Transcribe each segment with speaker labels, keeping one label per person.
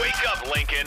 Speaker 1: Wake up, Lincoln.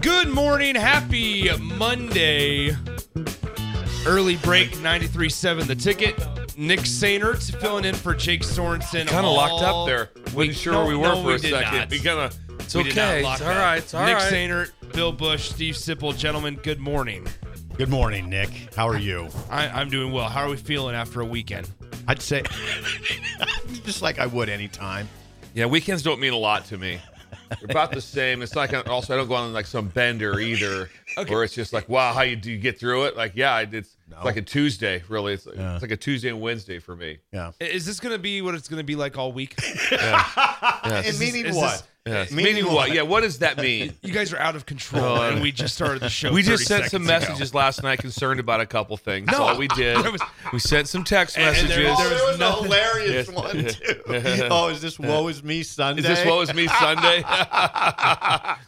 Speaker 2: Good morning. Happy Monday. Early break 93.7 the ticket. Nick Sainert filling in for Jake Sorensen.
Speaker 3: Kind of
Speaker 2: all
Speaker 3: locked up there.
Speaker 2: week.
Speaker 3: Wasn't sure
Speaker 2: No,
Speaker 3: where Oh, we were
Speaker 2: no,
Speaker 3: for a
Speaker 2: did
Speaker 3: second.
Speaker 2: not.
Speaker 3: We kind of. It's
Speaker 2: We did not
Speaker 3: okay.
Speaker 2: lock
Speaker 3: It's all
Speaker 2: up.
Speaker 3: right. It's all
Speaker 2: Nick
Speaker 3: right.
Speaker 2: Sainert, Bill Bush, Steve Sipple. Gentlemen, good morning.
Speaker 4: Good morning, Nick. How are you?
Speaker 2: I, I'm doing well. How are we feeling after a weekend?
Speaker 4: I'd say just like I would anytime.
Speaker 3: Yeah, weekends don't mean a lot to me. They're about the same. It's like uh, also I don't go on like some bender either, where it's just like, wow, how you do you get through it? Like, yeah, I did. It's like a Tuesday, really. It's, it's like a Tuesday and Wednesday for me.
Speaker 4: Yeah.
Speaker 2: I- Is this going to be what it's going to be like all week?
Speaker 4: And meaning
Speaker 2: is
Speaker 4: what?
Speaker 3: Yes. Meaning, what? Yeah, what does that mean?
Speaker 2: You guys are out of control, and we just started the show.
Speaker 3: We just
Speaker 2: 30
Speaker 3: sent some
Speaker 2: seconds ago.
Speaker 3: messages last night concerned about a couple things. That's all we did.
Speaker 2: There was-
Speaker 3: we sent some text
Speaker 2: And- and
Speaker 3: messages.
Speaker 2: there-
Speaker 4: Oh,
Speaker 2: there was nothing-
Speaker 4: hilarious
Speaker 3: Yes.
Speaker 4: one too. Oh, is this woe is me Sunday?
Speaker 3: Is this woe is me Sunday? I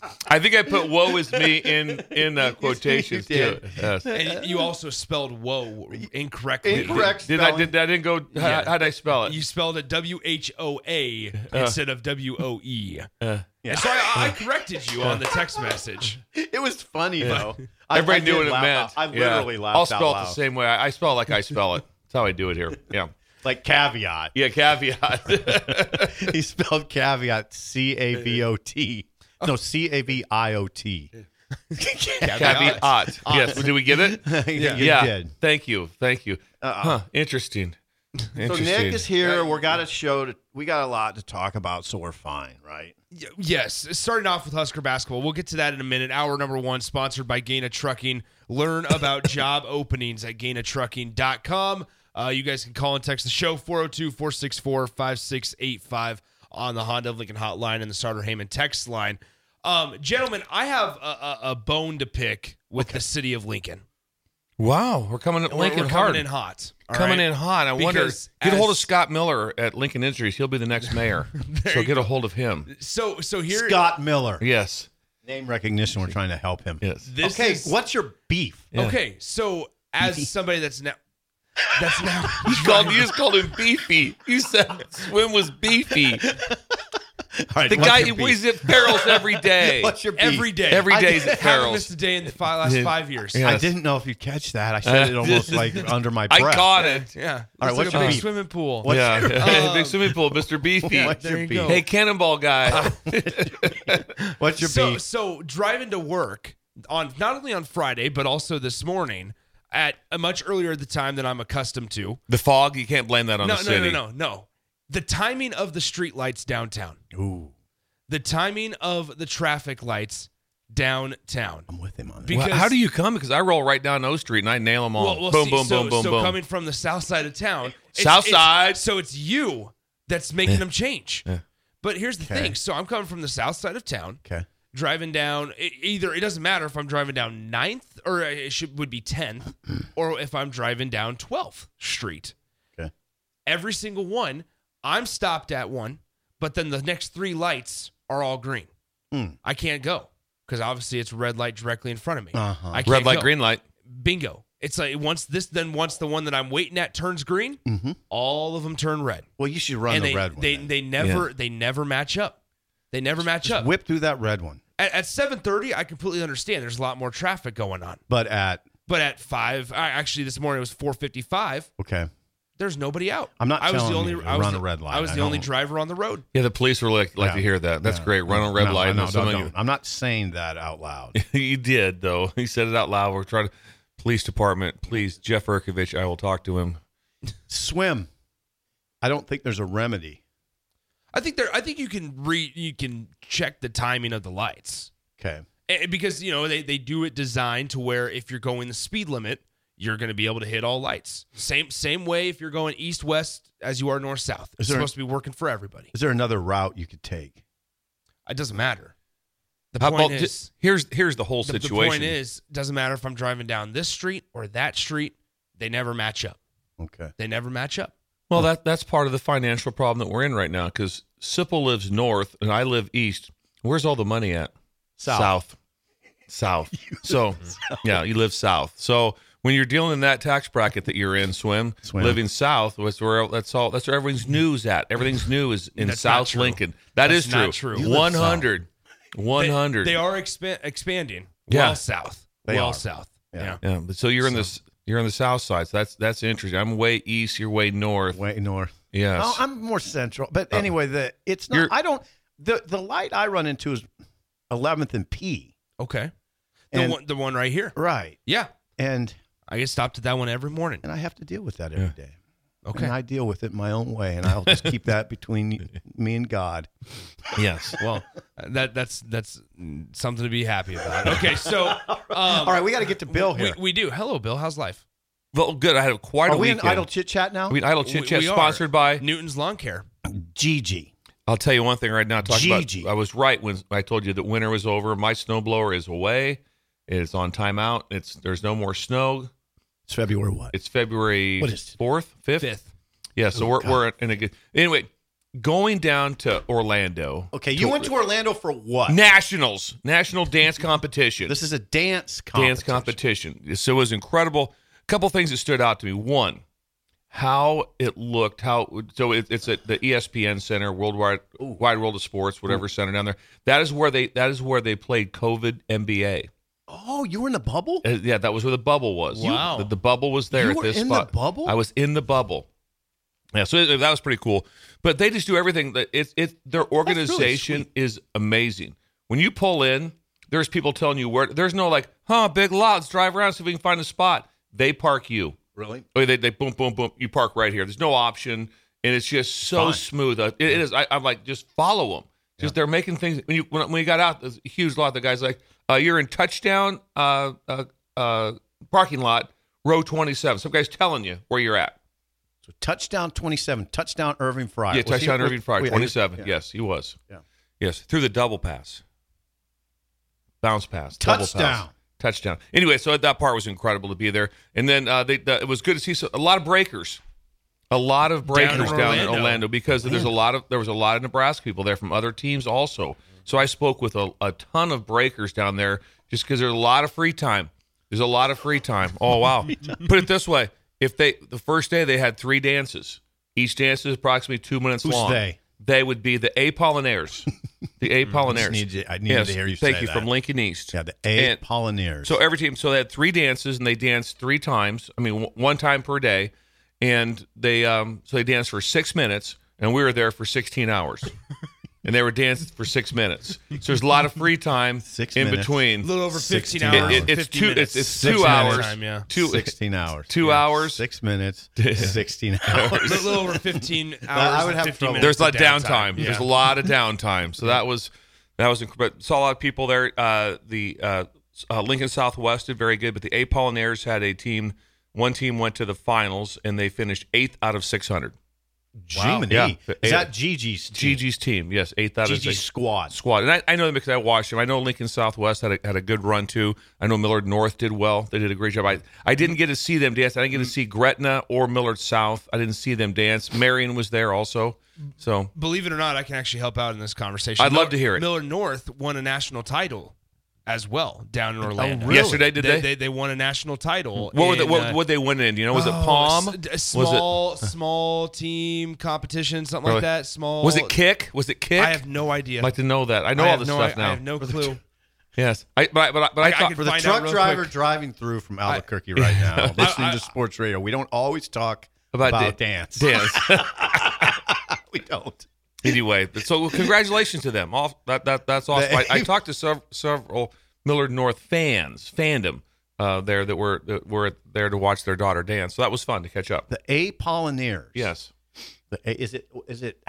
Speaker 3: think I put woe is me in in uh, quotations too. Yes.
Speaker 2: And you also spelled "whoa" incorrectly.
Speaker 4: incorrect?
Speaker 3: Did I did I didn't go? How, how'd I spell it?
Speaker 2: You spelled it W H O A instead of W O E. And so I, I corrected you on the text message.
Speaker 4: It was funny though. I-
Speaker 3: Everybody
Speaker 4: I
Speaker 3: knew
Speaker 4: did
Speaker 3: what it
Speaker 4: laugh
Speaker 3: meant.
Speaker 4: out- I literally
Speaker 3: yeah.
Speaker 4: laughed
Speaker 3: I'll
Speaker 4: out
Speaker 3: spell it
Speaker 4: loud.
Speaker 3: the same way. I, I spell it like I spell it. That's how I do it here. Yeah.
Speaker 4: Like caveat.
Speaker 3: Yeah. Caveat.
Speaker 4: he spelled caveat C A V O T. No, C A V I O T.
Speaker 3: caveat. yes. Did we get it?
Speaker 4: Yeah. You
Speaker 3: yeah.
Speaker 4: did.
Speaker 3: Thank you. Thank you. Huh. Interesting.
Speaker 4: So
Speaker 3: Interesting.
Speaker 4: Nick is here. We got a show. To, we got a lot to talk about, so we're fine, right?
Speaker 2: Y- Yes, starting off with Husker basketball. We'll get to that in a minute. Hour number one, sponsored by Gaina Trucking. Learn about job openings at GainaTrucking.com. Uh, you guys can call and text the show 402 464 5685 on the Honda of Lincoln hotline and the Starter Heyman text line. Um, gentlemen, I have a, a, a bone to pick with the city of Lincoln.
Speaker 3: Wow. We're coming.
Speaker 2: We're-
Speaker 3: Lincoln
Speaker 2: we're coming
Speaker 3: hard.
Speaker 2: in hot. all
Speaker 3: coming
Speaker 2: right?
Speaker 3: in hot. I wonder.
Speaker 2: Because
Speaker 3: Get a hold of
Speaker 2: as-
Speaker 3: Scott Miller at Lincoln Industries. He'll be the next mayor. so get a hold of him.
Speaker 2: So so here
Speaker 4: Scott Miller.
Speaker 3: Yes.
Speaker 4: Name recognition. We're trying to help him.
Speaker 3: Yes.
Speaker 2: this
Speaker 4: okay,
Speaker 2: is
Speaker 4: what's your beef?
Speaker 2: Okay, so as somebody that's now that's now
Speaker 3: You called. You just called him beefy. You said swim was beefy.
Speaker 4: All right,
Speaker 3: The
Speaker 4: what's
Speaker 3: guy
Speaker 4: your beef?
Speaker 3: he's at Farrell's every day.
Speaker 4: What's your beef?
Speaker 2: every day
Speaker 3: Every
Speaker 2: I
Speaker 3: day's at
Speaker 2: haven't missed
Speaker 3: Farrell's.
Speaker 2: a day in the fi- last
Speaker 3: Yeah.
Speaker 2: five years.
Speaker 3: Yeah.
Speaker 4: I didn't know if you'd catch that. I said it almost like under my
Speaker 3: I
Speaker 4: breath.
Speaker 3: caught it.
Speaker 2: Yeah,
Speaker 4: All right,
Speaker 2: Looks
Speaker 4: what's
Speaker 2: like
Speaker 4: your
Speaker 2: a big
Speaker 4: beef?
Speaker 2: swimming pool.
Speaker 4: What's
Speaker 3: yeah,
Speaker 4: your-
Speaker 3: Hey, big swimming pool, Mr. Beefy.
Speaker 4: What's your
Speaker 2: There you
Speaker 4: beef?
Speaker 2: go.
Speaker 3: Hey, cannonball guy.
Speaker 4: What's your
Speaker 2: so
Speaker 4: beef?
Speaker 2: so driving to work on not only on Friday but also this morning at a much earlier the time than I'm accustomed to.
Speaker 3: the fog. You can't blame that on
Speaker 2: no
Speaker 3: the
Speaker 2: no
Speaker 3: city.
Speaker 2: no no no. The timing of the street lights downtown.
Speaker 4: Ooh,
Speaker 2: The timing of the traffic lights downtown.
Speaker 4: I'm with him on that.
Speaker 2: Be-
Speaker 3: Well,
Speaker 2: Because-
Speaker 3: how do you come? Because I roll right down O Street and I nail them all.
Speaker 2: Well, well,
Speaker 3: boom,
Speaker 2: see,
Speaker 3: boom,
Speaker 2: so,
Speaker 3: boom, boom,
Speaker 2: so
Speaker 3: boom.
Speaker 2: coming from the south side of town. it's-
Speaker 3: South
Speaker 2: it's-
Speaker 3: side.
Speaker 2: So it's you that's making them change. But here's the thing. So I'm coming from the south side of town,
Speaker 4: Okay.
Speaker 2: driving down. e- Either it doesn't matter if I'm driving down 9th or uh, it should, would be 10th, or if I'm driving down 12th Street.
Speaker 4: Okay.
Speaker 2: Every single one, I'm stopped at one, but then the next three lights are all green.
Speaker 3: Hmm.
Speaker 2: I can't go because obviously it's red light directly in front of me.
Speaker 4: Uh-huh.
Speaker 2: I can't
Speaker 3: Red light,
Speaker 2: go
Speaker 3: green light.
Speaker 2: bingo. It's like once this, then once the one that I'm waiting at turns green, all of them turn red.
Speaker 4: Well, you should Mm-hmm. run
Speaker 2: and
Speaker 4: the
Speaker 2: they,
Speaker 4: red one.
Speaker 2: they
Speaker 4: then.
Speaker 2: they never they never match up. They never match up.
Speaker 4: Whip through that red one.
Speaker 2: At, at 7:30, I completely understand. There's a lot more traffic going on.
Speaker 4: But at
Speaker 2: But at five, I, actually, this morning it was 4:55.
Speaker 4: okay,
Speaker 2: There's nobody out.
Speaker 4: I'm not
Speaker 2: I was the
Speaker 4: telling
Speaker 2: only.
Speaker 4: you to
Speaker 2: I was
Speaker 4: run
Speaker 2: the,
Speaker 4: a red light.
Speaker 2: I was
Speaker 4: I
Speaker 2: the only
Speaker 4: don't-
Speaker 2: driver on the road.
Speaker 3: Yeah, the police were like, like
Speaker 4: Yeah.
Speaker 3: to hear that. That's
Speaker 4: Yeah.
Speaker 3: great. Run on red
Speaker 4: No,
Speaker 3: light.
Speaker 4: I know,
Speaker 3: and
Speaker 4: don't-
Speaker 3: someone-
Speaker 4: don't. I'm not saying that out loud.
Speaker 3: he did though. He said it out loud. We're trying to police department. Please, Jeff Erkovich. I will talk to him.
Speaker 4: Swim. I don't think there's a remedy.
Speaker 2: I think there. I think you can re. You can check the timing of the lights.
Speaker 4: Okay.
Speaker 2: And Eh, because you know they, they do it designed to where if you're going the speed limit you're going to be able to hit all lights same same way if you're going east west as you are north south it's
Speaker 4: there-
Speaker 2: supposed to be working for everybody
Speaker 4: Is there another route you could take?
Speaker 2: it doesn't matter the
Speaker 3: How
Speaker 2: point
Speaker 3: about
Speaker 2: is
Speaker 3: here's here's the whole
Speaker 2: the, the
Speaker 3: situation.
Speaker 2: point is doesn't matter if i'm driving down this street or that street they never match up
Speaker 4: Okay.
Speaker 2: they never match up
Speaker 3: Well, that that's part of the financial problem that we're in right now because Sipple lives north and I live east. Where's all the money at?
Speaker 4: South.
Speaker 3: South. South. so, yeah, you live south. So when you're dealing in that tax bracket that you're in, swim,
Speaker 4: Swim.
Speaker 3: living south was where that's all. That's where everything's news at. Everything's new is in
Speaker 2: That's not
Speaker 3: South
Speaker 2: true.
Speaker 3: Lincoln.
Speaker 2: That's
Speaker 3: that's
Speaker 2: not
Speaker 3: true.
Speaker 2: true. You
Speaker 4: live
Speaker 3: 100.
Speaker 2: They-
Speaker 3: 100.
Speaker 2: they, are expan- expanding
Speaker 3: Yeah.
Speaker 2: well south
Speaker 4: They
Speaker 2: well
Speaker 4: are.
Speaker 2: south
Speaker 4: Yeah.
Speaker 2: yeah,
Speaker 3: Yeah, but so you're in this. You're on the south side. So that's that's interesting. I'm way east. You're way north.
Speaker 4: Way north.
Speaker 3: yes.
Speaker 4: Oh, I'm more central. But anyway, the it's not.
Speaker 3: You're-
Speaker 4: I don't. The the light I run into is 11th and P.
Speaker 2: okay the,
Speaker 4: And
Speaker 2: one, the one right here
Speaker 4: right.
Speaker 2: yeah
Speaker 4: And
Speaker 2: i get stopped at that one every morning
Speaker 4: and I have to deal with that every day.
Speaker 2: okay
Speaker 4: And I deal with it my own way, and I'll just keep that between me and God.
Speaker 3: yes.
Speaker 2: well that that's that's mm, something to be happy about okay so um,
Speaker 4: All right, we got to get to Bill
Speaker 2: we,
Speaker 4: here.
Speaker 2: we do hello bill how's life
Speaker 3: Well, good. I had quite
Speaker 4: Are
Speaker 3: a
Speaker 4: we in
Speaker 3: weekend.
Speaker 4: idle chit chat now?
Speaker 3: I mean, Idle
Speaker 2: We-
Speaker 3: Chit Chat
Speaker 2: we are
Speaker 3: sponsored by.
Speaker 2: newton's lawn care
Speaker 4: Gigi.
Speaker 3: I'll tell you one thing right now. Talk
Speaker 4: Gigi.
Speaker 3: about. I was right when I told you that winter was over. My snowblower is away. It's on timeout. It's there's no more snow.
Speaker 4: It's February what?
Speaker 3: It's February
Speaker 4: What is today?
Speaker 3: fourth, fifth,
Speaker 2: fifth Oh,
Speaker 3: Yeah. So we're we're in a good. Anyway, going down to Orlando.
Speaker 4: Okay, you went to Orlando for what?
Speaker 3: Nationals, national dance competition.
Speaker 4: This is a dance competition.
Speaker 3: dance competition. So it was incredible. A couple things that stood out to me. One, how it looked. How so? It, it's at the E ESPN Center, Worldwide Wide World of Sports, whatever center down there. That is where they. That is where they played COVID NBA.
Speaker 4: Oh, you were in the bubble?
Speaker 3: Uh, yeah, that was where the bubble was.
Speaker 2: Wow.
Speaker 3: the, the bubble was there
Speaker 4: You
Speaker 3: at
Speaker 4: were
Speaker 3: this
Speaker 4: in the
Speaker 3: spot.
Speaker 4: bubble?
Speaker 3: I was in the bubble. Yeah, so it- that was pretty cool. But they just do everything. that- It's it's their organization is amazing. When you pull in, there's people telling you where. There's no like, huh, big lots. Drive around, see if we can find a spot. They park you.
Speaker 4: Really?
Speaker 3: Oh, they, they boom, boom, boom. You park right here. There's no option, and it's just so smooth. Uh, It, it is. I, I'm like, just follow them. Just they're making things. When you when, when you got out, there's a huge lot. The guy's like, uh, "You're in touchdown uh, uh, uh, parking lot, row 27." Some guy's telling you where you're at.
Speaker 4: So touchdown 27, touchdown Irving Fryer.
Speaker 3: yeah,
Speaker 4: Was he-
Speaker 3: touchdown,
Speaker 4: was-
Speaker 3: Irving Fryer,
Speaker 4: wait,
Speaker 3: 27.
Speaker 4: yeah.
Speaker 3: Yes, he was.
Speaker 4: Yeah.
Speaker 3: Yes, through the double pass, bounce pass, double pass,
Speaker 4: Touchdown.
Speaker 3: touchdown. Anyway, so that part was incredible to be there, and then uh, they, the, it was good to see so, a lot of breakers, a lot of breakers down, in
Speaker 2: Orlando.
Speaker 3: Orlando because there's a lot of there was a lot of Nebraska people there from other teams also. So I spoke with a, a ton of breakers down there just because there's a lot of free time. There's a lot of free time. Oh wow! Put it this way: if they the first day they had three dances, each dance is approximately two minutes
Speaker 4: Who's
Speaker 3: long.
Speaker 4: they? Mm,
Speaker 3: They would be the Apollinaires. The Apollinaires.
Speaker 4: need you- I needed to hear you
Speaker 3: Thank
Speaker 4: say
Speaker 3: you
Speaker 4: that.
Speaker 3: from Lincoln East.
Speaker 4: Yeah, the A
Speaker 3: And-
Speaker 4: Pollineers.
Speaker 3: so uh, every team, so they had three dances, and they danced three times. I mean, w- one time per day, and they um, so they danced for six minutes, and we were there for sixteen hours, and they were dancing for six minutes. So there's a lot of free time
Speaker 4: Six
Speaker 3: in
Speaker 4: minutes.
Speaker 2: a
Speaker 3: between.
Speaker 2: little over 15
Speaker 4: 16
Speaker 2: hours
Speaker 4: hours.
Speaker 3: It- it- it's
Speaker 2: 50
Speaker 3: two.
Speaker 2: minutes.
Speaker 3: It's, it's
Speaker 4: Six
Speaker 3: two
Speaker 4: minutes.
Speaker 3: hours.
Speaker 2: Time, yeah.
Speaker 3: Two. uh,
Speaker 4: 16 hours.
Speaker 3: two hours.
Speaker 4: Six minutes, 16 hours.
Speaker 2: a little over 15 hours
Speaker 4: I would
Speaker 2: and
Speaker 4: have
Speaker 2: 50
Speaker 4: trouble.
Speaker 2: minutes
Speaker 3: There's a lot
Speaker 2: of
Speaker 3: of downtime.
Speaker 2: Yeah.
Speaker 3: There's a lot of downtime. So that was that was incredible. Saw a lot of people there. Uh, the uh, uh, Lincoln Southwest did very good, but the Apollinaires had a team. One team went to the finals and they finished eighth out of six hundred.
Speaker 4: Jiminy.
Speaker 3: Yeah.
Speaker 4: Is that Gigi's? team?
Speaker 3: Gigi's team, yes, eighth out of
Speaker 4: Gigi's
Speaker 3: six.
Speaker 4: squad.
Speaker 3: Squad, and I, I know them because I watched them. I know Lincoln Southwest had a, had a good run too. I know Millard North did well; they did a great job. I, I didn't get to see them dance. I didn't get to see Gretna or Millard South. I didn't see them dance. Marion was there also, so
Speaker 2: believe it or not i can actually help out in this conversation
Speaker 3: I'd love
Speaker 2: Miller-
Speaker 3: to hear it.
Speaker 2: miller north won a national title as well down in Orlando.
Speaker 4: really?
Speaker 3: Oh, Yesterday, did
Speaker 2: they,
Speaker 3: they?
Speaker 2: they they won a national title.
Speaker 3: What were
Speaker 2: in,
Speaker 3: the, what
Speaker 2: uh,
Speaker 3: what they win in? You know, was it
Speaker 2: oh,
Speaker 3: palm?
Speaker 2: s- a
Speaker 3: was it
Speaker 2: small small team competition, something
Speaker 3: Really?
Speaker 2: like that. Small
Speaker 3: was it kick? Was it kick?
Speaker 2: I have no idea.
Speaker 3: I'd like to know that. I know
Speaker 2: I
Speaker 3: all
Speaker 2: have
Speaker 3: this
Speaker 2: no,
Speaker 3: stuff
Speaker 2: I,
Speaker 3: now.
Speaker 2: I have no clue.
Speaker 3: Yes, I, but I, but I, but I,
Speaker 2: I- I
Speaker 3: thought
Speaker 2: could
Speaker 3: for the
Speaker 2: find out
Speaker 3: truck
Speaker 4: Truck
Speaker 2: real
Speaker 4: driver
Speaker 2: quick.
Speaker 4: driving through from Albuquerque right now, listening to sports radio. We don't always talk
Speaker 3: About
Speaker 4: about,
Speaker 3: da-
Speaker 4: dance.
Speaker 3: dance.
Speaker 4: we don't.
Speaker 3: anyway, so congratulations to them. All that, that that's awesome. I, I talked to sev- several Millard North fans, fandom uh, there that were that were there to watch their daughter dance. So that was fun to catch up.
Speaker 4: The Apollineers.
Speaker 3: Yes,
Speaker 4: The A- is it? Is it?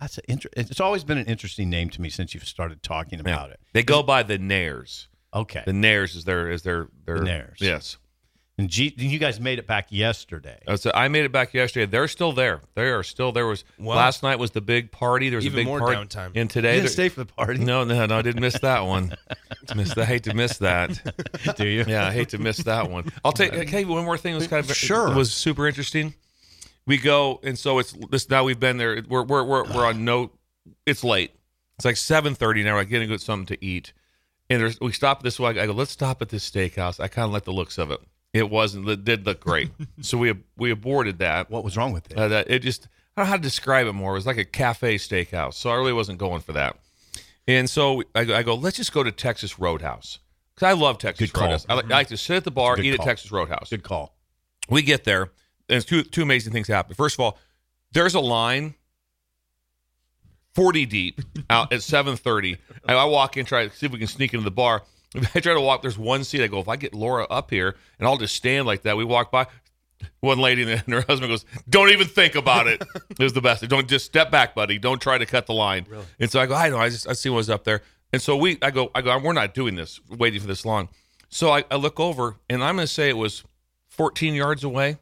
Speaker 4: That's an inter- It's always been an interesting name to me since you've started talking about it.
Speaker 3: They go by the Nairs.
Speaker 4: Okay.
Speaker 3: The Nairs is their is their their
Speaker 4: The Nairs.
Speaker 3: Yes,
Speaker 4: And G- you guys made it back yesterday.
Speaker 3: Uh, so I made it back yesterday. They're still there. They are still there. Was
Speaker 2: Wow.
Speaker 3: last night was the big party. There was
Speaker 2: Even
Speaker 3: a big
Speaker 2: more
Speaker 3: party
Speaker 2: downtime.
Speaker 3: And
Speaker 4: You
Speaker 3: today
Speaker 4: didn't
Speaker 3: there-
Speaker 4: stay for the party,
Speaker 3: No, no, no! I didn't miss that one. miss, I hate to miss that.
Speaker 4: do you?
Speaker 3: Yeah, I hate to miss that one. I'll take. Hey, one more thing was kind of
Speaker 4: Sure.
Speaker 3: was super interesting. We go and so it's this now we've been there. We're we're we're, we're on no. It's late. It's like seven thirty now. We're like getting to get something to eat, and there's we stop at this one. I go, let's stop at this steakhouse. I kind of like the looks of it. It wasn't. It did look great. so we we aborted that.
Speaker 4: What was wrong with it?
Speaker 3: Uh, that it just I don't know how to describe it more. It was like a cafe steakhouse, so I really wasn't going for that. And so I, go- I go, let's just go to Texas Roadhouse because I love
Speaker 4: Good
Speaker 3: Texas
Speaker 4: call. Mm-hmm.
Speaker 3: Roadhouse. I like, I like to sit at the bar,
Speaker 4: Good
Speaker 3: eat at
Speaker 4: call.
Speaker 3: Texas Roadhouse.
Speaker 4: Good call.
Speaker 3: We get there, and it's two two amazing things happen. First of all, there's a line. 40 deep out at 7.30 and i walk in try to see if we can sneak into the bar i try to walk there's one seat i go if i get laura up here and i'll just stand like that we walk by one lady and her husband goes, "Don't even think about it." it was the best. Don't just step back, buddy. Don't try to cut the line. And so I go, I know. I just I see what's up there. And so we, I go, I go. We're not doing this. Waiting for this long. So I, I look over, and I'm going to say it was 14 yards away.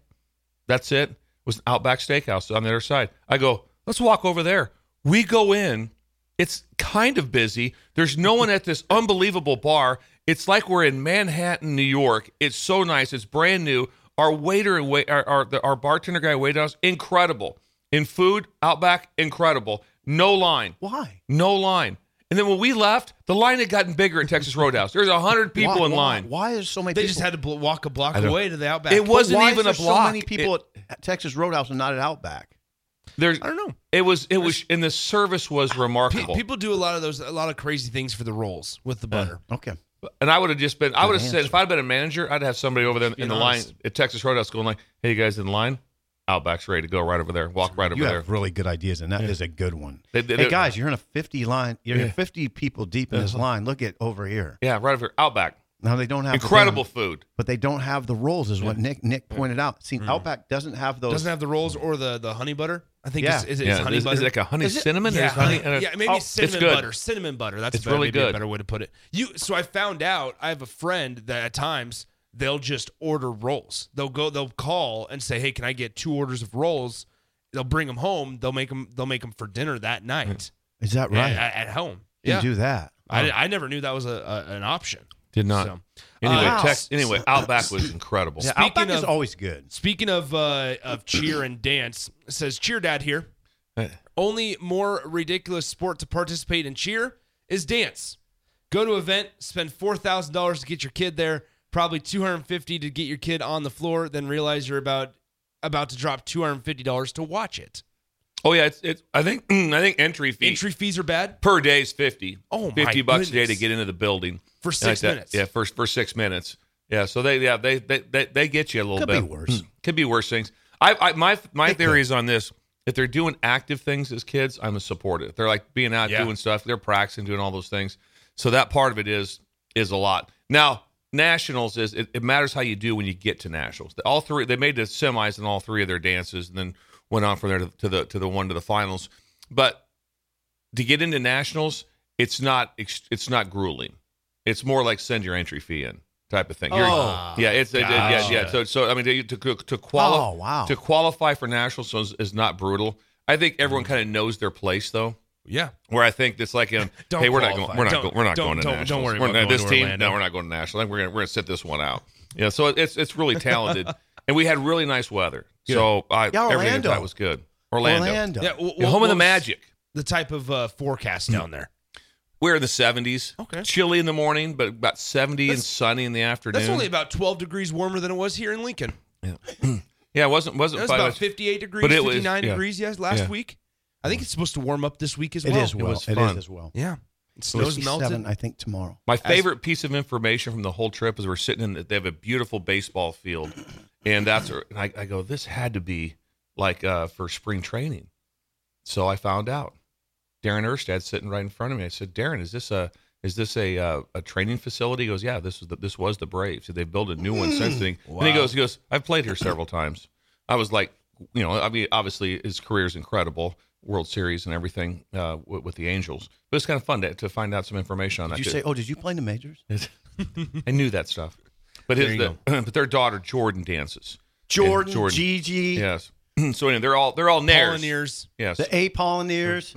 Speaker 3: That's it. It was an Outback Steakhouse on the other side. I go, let's walk over there. We go in. It's kind of busy. There's no one at this unbelievable bar. It's like we're in Manhattan, New York. It's so nice. It's brand new. Our waiter, and wait, our, our, our bartender guy, waited us. Incredible. In food, Outback, incredible. No line.
Speaker 4: Why?
Speaker 3: No line. And then when we left, the line had gotten bigger at Texas Roadhouse. There's 100 people
Speaker 4: why,
Speaker 3: in
Speaker 4: why-
Speaker 3: line.
Speaker 4: Why is so many?
Speaker 2: They
Speaker 4: people?
Speaker 2: just had to bl- walk a block
Speaker 3: don't-
Speaker 2: away to the outback.
Speaker 3: It
Speaker 4: But
Speaker 3: wasn't
Speaker 4: why is
Speaker 3: even
Speaker 4: there
Speaker 3: a block.
Speaker 4: So many people at- at Texas Roadhouse and not at Outback.
Speaker 3: There's,
Speaker 2: I don't know.
Speaker 3: It was it was and the service was
Speaker 2: Pe-
Speaker 3: remarkable.
Speaker 2: people do a lot of those, a lot of crazy things for the rolls with the butter.
Speaker 4: Okay.
Speaker 3: and I would have just been I would have said
Speaker 4: answer.
Speaker 3: if I'd been a manager, I'd have somebody over there in the line
Speaker 2: honest.
Speaker 3: at Texas Roadhouse going like, "Hey, you guys in line? Outback's ready to go right over there. Walk right over
Speaker 4: You
Speaker 3: there."
Speaker 4: have really good ideas, and that is a good one.
Speaker 3: They- they-
Speaker 4: hey
Speaker 3: they-
Speaker 4: guys, you're in a 50 line. You're
Speaker 3: Yeah. Uh-huh.
Speaker 4: 50 people deep in this line. Look at over here.
Speaker 3: yeah, right over here. Outback.
Speaker 4: Now they don't have the
Speaker 3: Incredible
Speaker 4: damn-
Speaker 3: food.
Speaker 4: but they don't have the rolls, is what Nick Nick pointed out.
Speaker 2: Mm.
Speaker 4: See, Outback doesn't have those.
Speaker 2: Doesn't have the rolls or the the honey butter. I think
Speaker 4: Yeah.
Speaker 2: it's, is it
Speaker 3: yeah,
Speaker 2: honey
Speaker 3: is,
Speaker 2: butter?
Speaker 3: is it like a honey cinnamon?
Speaker 2: Yeah,
Speaker 3: There's honey and a-
Speaker 2: yeah, maybe
Speaker 3: oh, it's
Speaker 2: cinnamon
Speaker 3: good.
Speaker 2: butter. Cinnamon butter. That's
Speaker 3: It's
Speaker 2: better,
Speaker 3: really
Speaker 2: maybe
Speaker 3: good.
Speaker 2: a better way to put it. You. So I found out I have a friend that at times they'll just order rolls. They'll go. They'll call and say, "Hey, can I get two orders of rolls?" They'll bring them home. They'll make them. They'll make them for dinner that night
Speaker 4: is that
Speaker 2: a-
Speaker 4: right?
Speaker 2: a- at, home.
Speaker 4: You
Speaker 2: Yeah,
Speaker 4: do that.
Speaker 2: I, I never knew that was a, a an option.
Speaker 3: Did not.
Speaker 2: So,
Speaker 3: Anyway,
Speaker 2: uh,
Speaker 3: Tex, anyway, Outback was incredible.
Speaker 4: Yeah,
Speaker 2: Speaking
Speaker 4: Outback is
Speaker 2: of-
Speaker 4: always good.
Speaker 2: Speaking of uh, of cheer and dance, it says cheer dad here.
Speaker 3: Hey.
Speaker 2: Only more ridiculous sport to participate in cheer is dance. Go to event, spend four thousand dollars to get your kid there, probably two hundred fifty to get your kid on the floor, then realize you're about about to drop two hundred fifty dollars to watch it.
Speaker 3: Oh yeah, it's, it's I think I think entry fee
Speaker 2: Entry fees are bad
Speaker 3: per day is 50.
Speaker 2: Oh, my
Speaker 3: 50 bucks a day to
Speaker 2: goodness.
Speaker 3: get into the building.
Speaker 2: for
Speaker 3: And
Speaker 2: six
Speaker 3: like that.
Speaker 2: minutes.
Speaker 3: Yeah, for for six minutes. Yeah, so they yeah they they they, they get you a little
Speaker 4: Could
Speaker 3: bit.
Speaker 4: be worse.
Speaker 3: Mm. Could be worse things. I, I my my theory is on this. If they're doing active things as kids, I'm a supporter. If they're like being out
Speaker 2: Yeah.
Speaker 3: doing stuff, they're practicing doing all those things. So that part of it is is a lot. Now nationals is it, it matters how you do when you get to nationals. All three they made the semis in all three of their dances, and then went on from there to, to the to the one to the finals. But to get into nationals, it's not ex- it's not grueling. It's more like send your entry fee in type of thing. You're-
Speaker 4: Oh,
Speaker 3: yeah, it's it- it- yeah,
Speaker 2: gotcha.
Speaker 3: yeah. So so I mean to to, to qualify
Speaker 4: Oh, wow.
Speaker 3: to qualify for nationals is, is not brutal. I think everyone kind of knows their place though.
Speaker 2: yeah.
Speaker 3: Where I think it's like, um,
Speaker 2: Don't
Speaker 3: hey, we're not
Speaker 2: qualify.
Speaker 3: going, we're not,
Speaker 2: Don't-
Speaker 3: go, we're not
Speaker 2: don't-
Speaker 3: going to
Speaker 2: don't-
Speaker 3: nationals.
Speaker 2: don't worry
Speaker 3: We're
Speaker 2: about going
Speaker 3: not- this
Speaker 2: to
Speaker 3: team.
Speaker 2: Orlando.
Speaker 3: No, we're not going to nationals. I think we're gonna we're gonna sit this one out. Yeah, so it's it's really talented, and we had really nice weather. So I,
Speaker 4: Yeah,
Speaker 3: everything
Speaker 4: Orlando.
Speaker 3: that was good. Orlando,
Speaker 4: Orlando.
Speaker 2: Yeah, wh-
Speaker 3: Yeah, home of the
Speaker 2: what's
Speaker 3: Magic.
Speaker 2: The type of uh, forecast down there.
Speaker 3: We're in the 70s.
Speaker 2: Okay.
Speaker 3: Chilly in the morning, but about 70 and
Speaker 2: That's-
Speaker 3: sunny in the afternoon.
Speaker 2: That's only about 12 degrees warmer than it was here in Lincoln.
Speaker 3: yeah, it wasn't
Speaker 2: That
Speaker 3: wasn't
Speaker 2: was
Speaker 3: by
Speaker 2: about
Speaker 3: much.
Speaker 2: 58 degrees,
Speaker 3: it was-
Speaker 2: 59
Speaker 3: yeah.
Speaker 2: degrees, yes, last
Speaker 3: Yeah.
Speaker 2: week. I think it's supposed to warm up this week as
Speaker 4: It
Speaker 2: well.
Speaker 4: is well.
Speaker 3: was
Speaker 4: It
Speaker 3: fun.
Speaker 4: is as well.
Speaker 2: Yeah. It snow's
Speaker 4: 57,
Speaker 2: melted.
Speaker 4: I think tomorrow.
Speaker 3: My favorite piece of information from the whole trip is we're sitting in. They have a beautiful baseball field, and that's. where- And I, I go, this had to be like uh, for spring training. So I found out. Darren Erstad sitting right in front of me. I said, Darren, is this a is this a uh, a training facility? He goes, Yeah, this was the, this was the Braves. They've built a new one since then. And he goes, he goes, I've played here several times. I was like, you know, I mean, obviously his career is incredible, World Series and everything uh, with, with the Angels. But it's kind of fun to, to find out some information on that.
Speaker 4: Did you
Speaker 3: too.
Speaker 4: say, oh, did you play in the majors?
Speaker 3: I knew that stuff. But his, the, but their daughter Jordan dances.
Speaker 4: Jordan,
Speaker 3: Jordan.
Speaker 4: Gigi,
Speaker 3: Yes. so anyway, they're all they're all nairs.
Speaker 2: Pollineers.
Speaker 3: Yes.
Speaker 4: the A. Pollineers.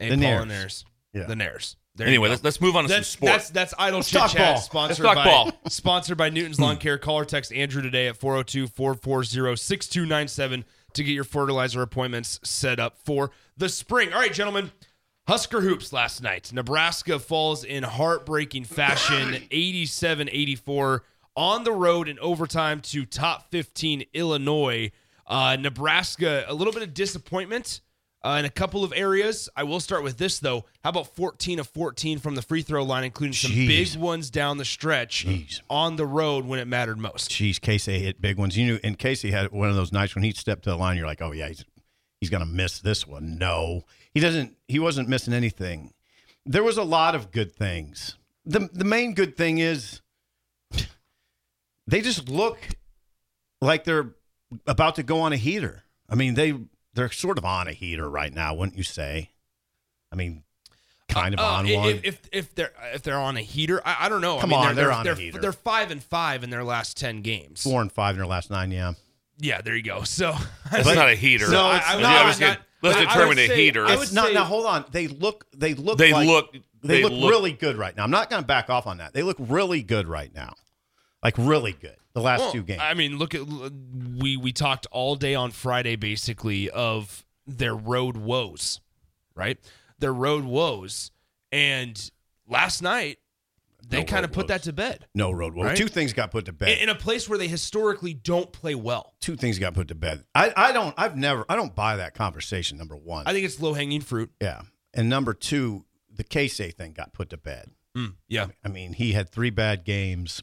Speaker 2: The
Speaker 4: The Nairs.
Speaker 2: Pollineers.
Speaker 4: Yeah.
Speaker 2: The Nairs. There you
Speaker 3: Anyway,
Speaker 2: go.
Speaker 3: let's, let's move on to
Speaker 2: That's,
Speaker 3: some
Speaker 2: that's
Speaker 3: sports.
Speaker 2: that's idle chit
Speaker 4: talk
Speaker 2: chat
Speaker 4: ball.
Speaker 2: sponsored
Speaker 3: Let's
Speaker 2: by
Speaker 3: talk ball.
Speaker 2: sponsored by Newton's Lawn Care. Call or text Andrew today at 402-440-6297 to get your fertilizer appointments set up for the spring. All right, gentlemen. Husker hoops last night. Nebraska falls in heartbreaking fashion 87-84 on the road in overtime to top 15 Illinois. Uh, Nebraska a little bit of disappointment uh, in a couple of areas. I will start with this though. How about 14 of 14 from the free throw line, including some
Speaker 4: Jeez.
Speaker 2: big ones down the stretch
Speaker 4: Jeez.
Speaker 2: on the road when it mattered most.
Speaker 4: Jeez, Casey hit big ones. You knew, and Casey had one of those nights when he stepped to the line. You're like, oh yeah, he's he's gonna miss this one. No, he doesn't. He wasn't missing anything. There was a lot of good things. the The main good thing is they just look like they're about to go on a heater. I mean, they they're sort of on a heater right now, wouldn't you say? I mean, kind of
Speaker 2: Uh,
Speaker 4: on
Speaker 2: i-
Speaker 4: one.
Speaker 2: If, if if they're if they're on a heater, I, I don't know.
Speaker 4: Come
Speaker 2: I mean,
Speaker 4: on, they're on a
Speaker 2: they're,
Speaker 4: heater.
Speaker 2: They're five and five in their last ten games.
Speaker 4: Four and five in their last nine. Yeah,
Speaker 2: Yeah, there you go. So
Speaker 3: That's not a heater.
Speaker 4: No,
Speaker 3: I-
Speaker 4: it's
Speaker 3: I was
Speaker 4: not.
Speaker 3: gonna- let's
Speaker 2: I'm not- but I would
Speaker 3: determine a
Speaker 2: say-
Speaker 3: heater.
Speaker 2: I
Speaker 4: It's
Speaker 2: would
Speaker 4: not.
Speaker 2: say-
Speaker 4: now hold on. They look. They look.
Speaker 3: They
Speaker 4: like-
Speaker 3: look-
Speaker 4: They,
Speaker 3: they
Speaker 4: look,
Speaker 3: look-
Speaker 4: really good right now. I'm not going to back off on that. They look really good right now. Like really good. The last
Speaker 2: Well,
Speaker 4: two games.
Speaker 2: I mean, look at we we talked all day on Friday basically of their road woes, right? Their road woes, and last night they
Speaker 4: No
Speaker 2: kind of
Speaker 4: road
Speaker 2: put
Speaker 4: woes.
Speaker 2: that to bed
Speaker 4: no road. Well,
Speaker 2: Right?
Speaker 4: two things got put to bed.
Speaker 2: in, in a place where they historically don't play well.
Speaker 4: two things got put to bed. I, I don't. I've never. I don't buy that conversation. Number one.
Speaker 2: I think it's low hanging fruit.
Speaker 4: yeah. And number two, the Casey thing got put to bed.
Speaker 2: Mm, yeah,
Speaker 4: I mean, he had three bad games,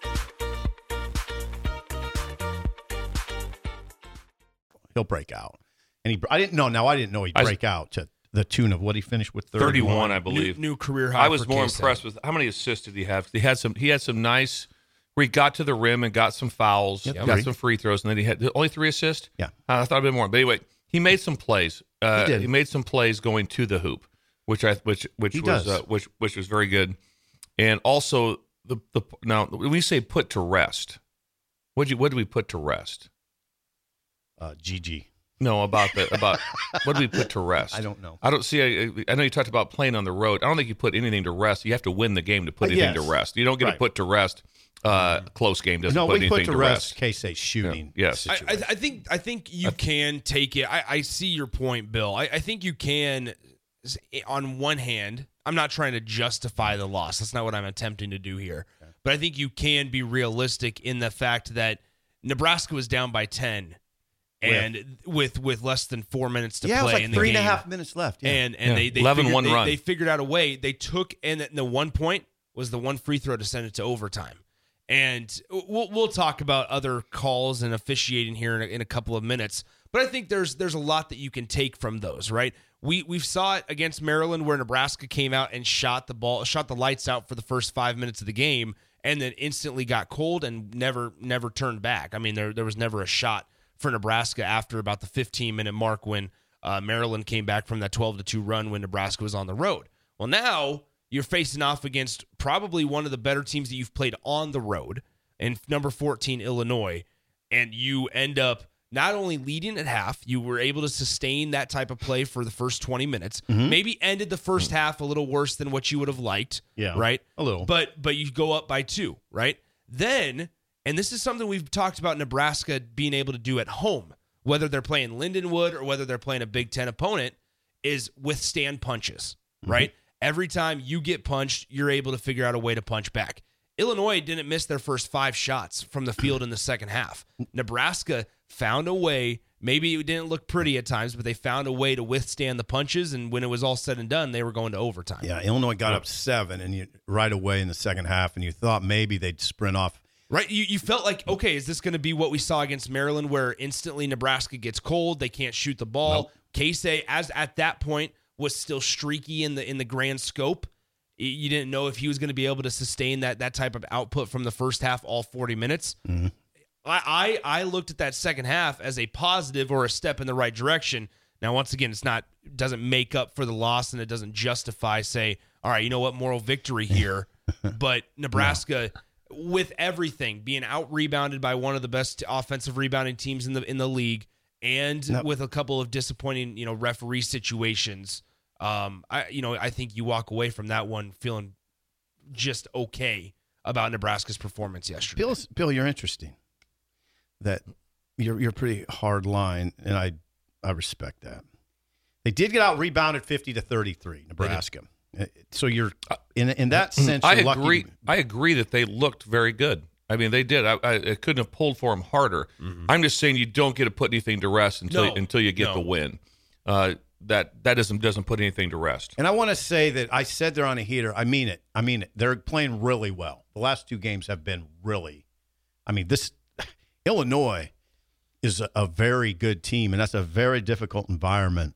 Speaker 4: He'll break out. And he. I didn't know. Now I didn't know he'd
Speaker 3: I-
Speaker 4: break out to the tune of what he finished with.
Speaker 3: 31, I
Speaker 2: new,
Speaker 3: believe.
Speaker 2: new career high.
Speaker 3: I was
Speaker 2: for
Speaker 3: more
Speaker 2: Kasek.
Speaker 3: impressed with how many assists did he have? He had some. He had some nice. Where he got to the rim and got some fouls, got
Speaker 4: three.
Speaker 3: some free throws, and then he had only three assists.
Speaker 4: Yeah.
Speaker 3: Uh, I thought a bit more. But anyway, he made some plays. Uh,
Speaker 4: He did.
Speaker 3: made some plays going to the hoop, which I which which
Speaker 4: He
Speaker 3: was
Speaker 4: does.
Speaker 3: uh, which which was very good, and also the the now when we say put to rest, what you what did we put to rest?
Speaker 4: Uh, GG.
Speaker 3: No, about the about what do we put to rest?
Speaker 4: I don't know.
Speaker 3: I don't see. I, I know you talked about playing on the road. I don't think you put anything to rest. You have to win the game to put
Speaker 4: Uh,
Speaker 3: anything to
Speaker 4: yes.
Speaker 3: rest. You don't get to
Speaker 4: Right. Mm-hmm.
Speaker 3: put to rest. Uh, a close game doesn't
Speaker 4: no,
Speaker 3: put
Speaker 4: we
Speaker 3: anything
Speaker 4: put to rest Casey's shooting.
Speaker 3: Yeah. Yes.
Speaker 2: I, I,
Speaker 4: situation.
Speaker 2: I think I think you can take it. I, I see your point, Bill. I, I think you can. s- On one hand, I'm not trying to justify the loss. That's not what I'm attempting to do here. But I think you can be realistic in the fact that Nebraska was down by ten, and with with less than four minutes to
Speaker 4: yeah, it
Speaker 2: play
Speaker 4: was
Speaker 2: in
Speaker 4: like
Speaker 2: the
Speaker 4: three and
Speaker 2: game,
Speaker 4: a half minutes left. Yeah.
Speaker 2: and and
Speaker 3: Yeah.
Speaker 2: they they
Speaker 3: 11
Speaker 2: figured,
Speaker 3: one
Speaker 2: they,
Speaker 3: run.
Speaker 2: they figured out a way. They took and the one point was the one free throw to send it to overtime. And we'll we'll talk about other calls and officiating here in a, in a couple of minutes. But I think there's there's a lot that you can take from those, right? We we saw it against Maryland where Nebraska came out and shot the ball, shot the lights out for the first five minutes of the game, and then instantly got cold and never never turned back. I mean, there there was never a shot for Nebraska after about the 15 minute mark when uh, Maryland came back from that 12 to 2 run when Nebraska was on the road. Well, now You're facing off against probably one of the better teams that you've played on the road, and number 14 Illinois, and you end up not only leading at half, you were able to sustain that type of play for the first 20 minutes. Maybe ended the first half a little worse than what you would have liked.
Speaker 4: Yeah,
Speaker 2: Right?
Speaker 4: a little.
Speaker 2: But but you go up by two, right? Then, and this is something we've talked about Nebraska being able to do at home, whether they're playing Lindenwood or whether they're playing a Big Ten opponent, is withstand punches, right? Every time you get punched, you're able to figure out a way to punch back. Illinois didn't miss their first five shots from the field in the second half. Nebraska found a way. Maybe it didn't look pretty at times, but they found a way to withstand the punches. And when it was all said and done, they were going to overtime.
Speaker 4: Yeah, Illinois got up seven, and you right away in the second half, and you thought maybe they'd sprint off.
Speaker 2: Right. You, you felt like, okay, is this going to be what we saw against Maryland where instantly Nebraska gets cold, they can't shoot the ball. Casey, as at that point, was still streaky in the in the grand scope. Y- You didn't know if he was going to be able to sustain that that type of output from the first half all 40 minutes. I, I I looked at that second half as a positive or a step in the right direction. Now, once again, it's not doesn't make up for the loss and it doesn't justify say, all right, you know what, moral victory here. but Nebraska, with everything being out rebounded by one of the best offensive rebounding teams in the in the league, and with a couple of disappointing you know referee situations, um, I you know I think you walk away from that one feeling just okay about Nebraska's performance yesterday.
Speaker 4: Bill, Bill, you're interesting. That you're you're pretty hard line, and I I respect that. They did get out rebounded fifty to thirty three, Nebraska. Uh, So you're in in that sense.
Speaker 3: I
Speaker 4: you're lucky.
Speaker 3: agree. I agree that they looked very good. I mean, they did. I, I, I couldn't have pulled for them harder.
Speaker 4: Mm-hmm.
Speaker 3: I'm just saying you don't get to put anything to rest until
Speaker 2: No,
Speaker 3: until you get
Speaker 2: no.
Speaker 3: the win. Uh, that that doesn't doesn't put anything to rest.
Speaker 4: And I want to say that I said they're on a heater. I mean it. I mean it. They're playing really well. The last two games have been really. I mean this Illinois is a, a very good team, and that's a very difficult environment.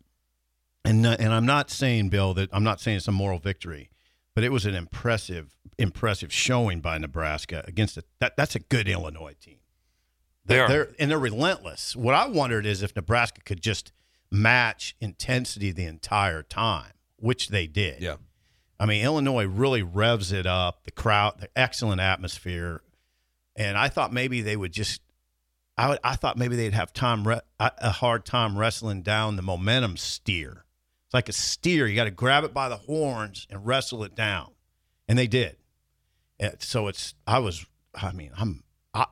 Speaker 4: And uh, and I'm not saying Bill that I'm not saying it's a moral victory, but it was an impressive impressive showing by Nebraska against a, that. That's a good Illinois team.
Speaker 3: They are.
Speaker 4: They're, and they're relentless. What I wondered is if Nebraska could just match intensity the entire time, which they did.
Speaker 3: Yeah.
Speaker 4: I mean, Illinois really revs it up. The crowd, the excellent atmosphere, and I thought maybe they would just. I, would, I thought maybe they'd have time re- a a hard time wrestling down the momentum steer. It's like a steer; you got to grab it by the horns and wrestle it down, and they did. And so it's I was I mean I'm I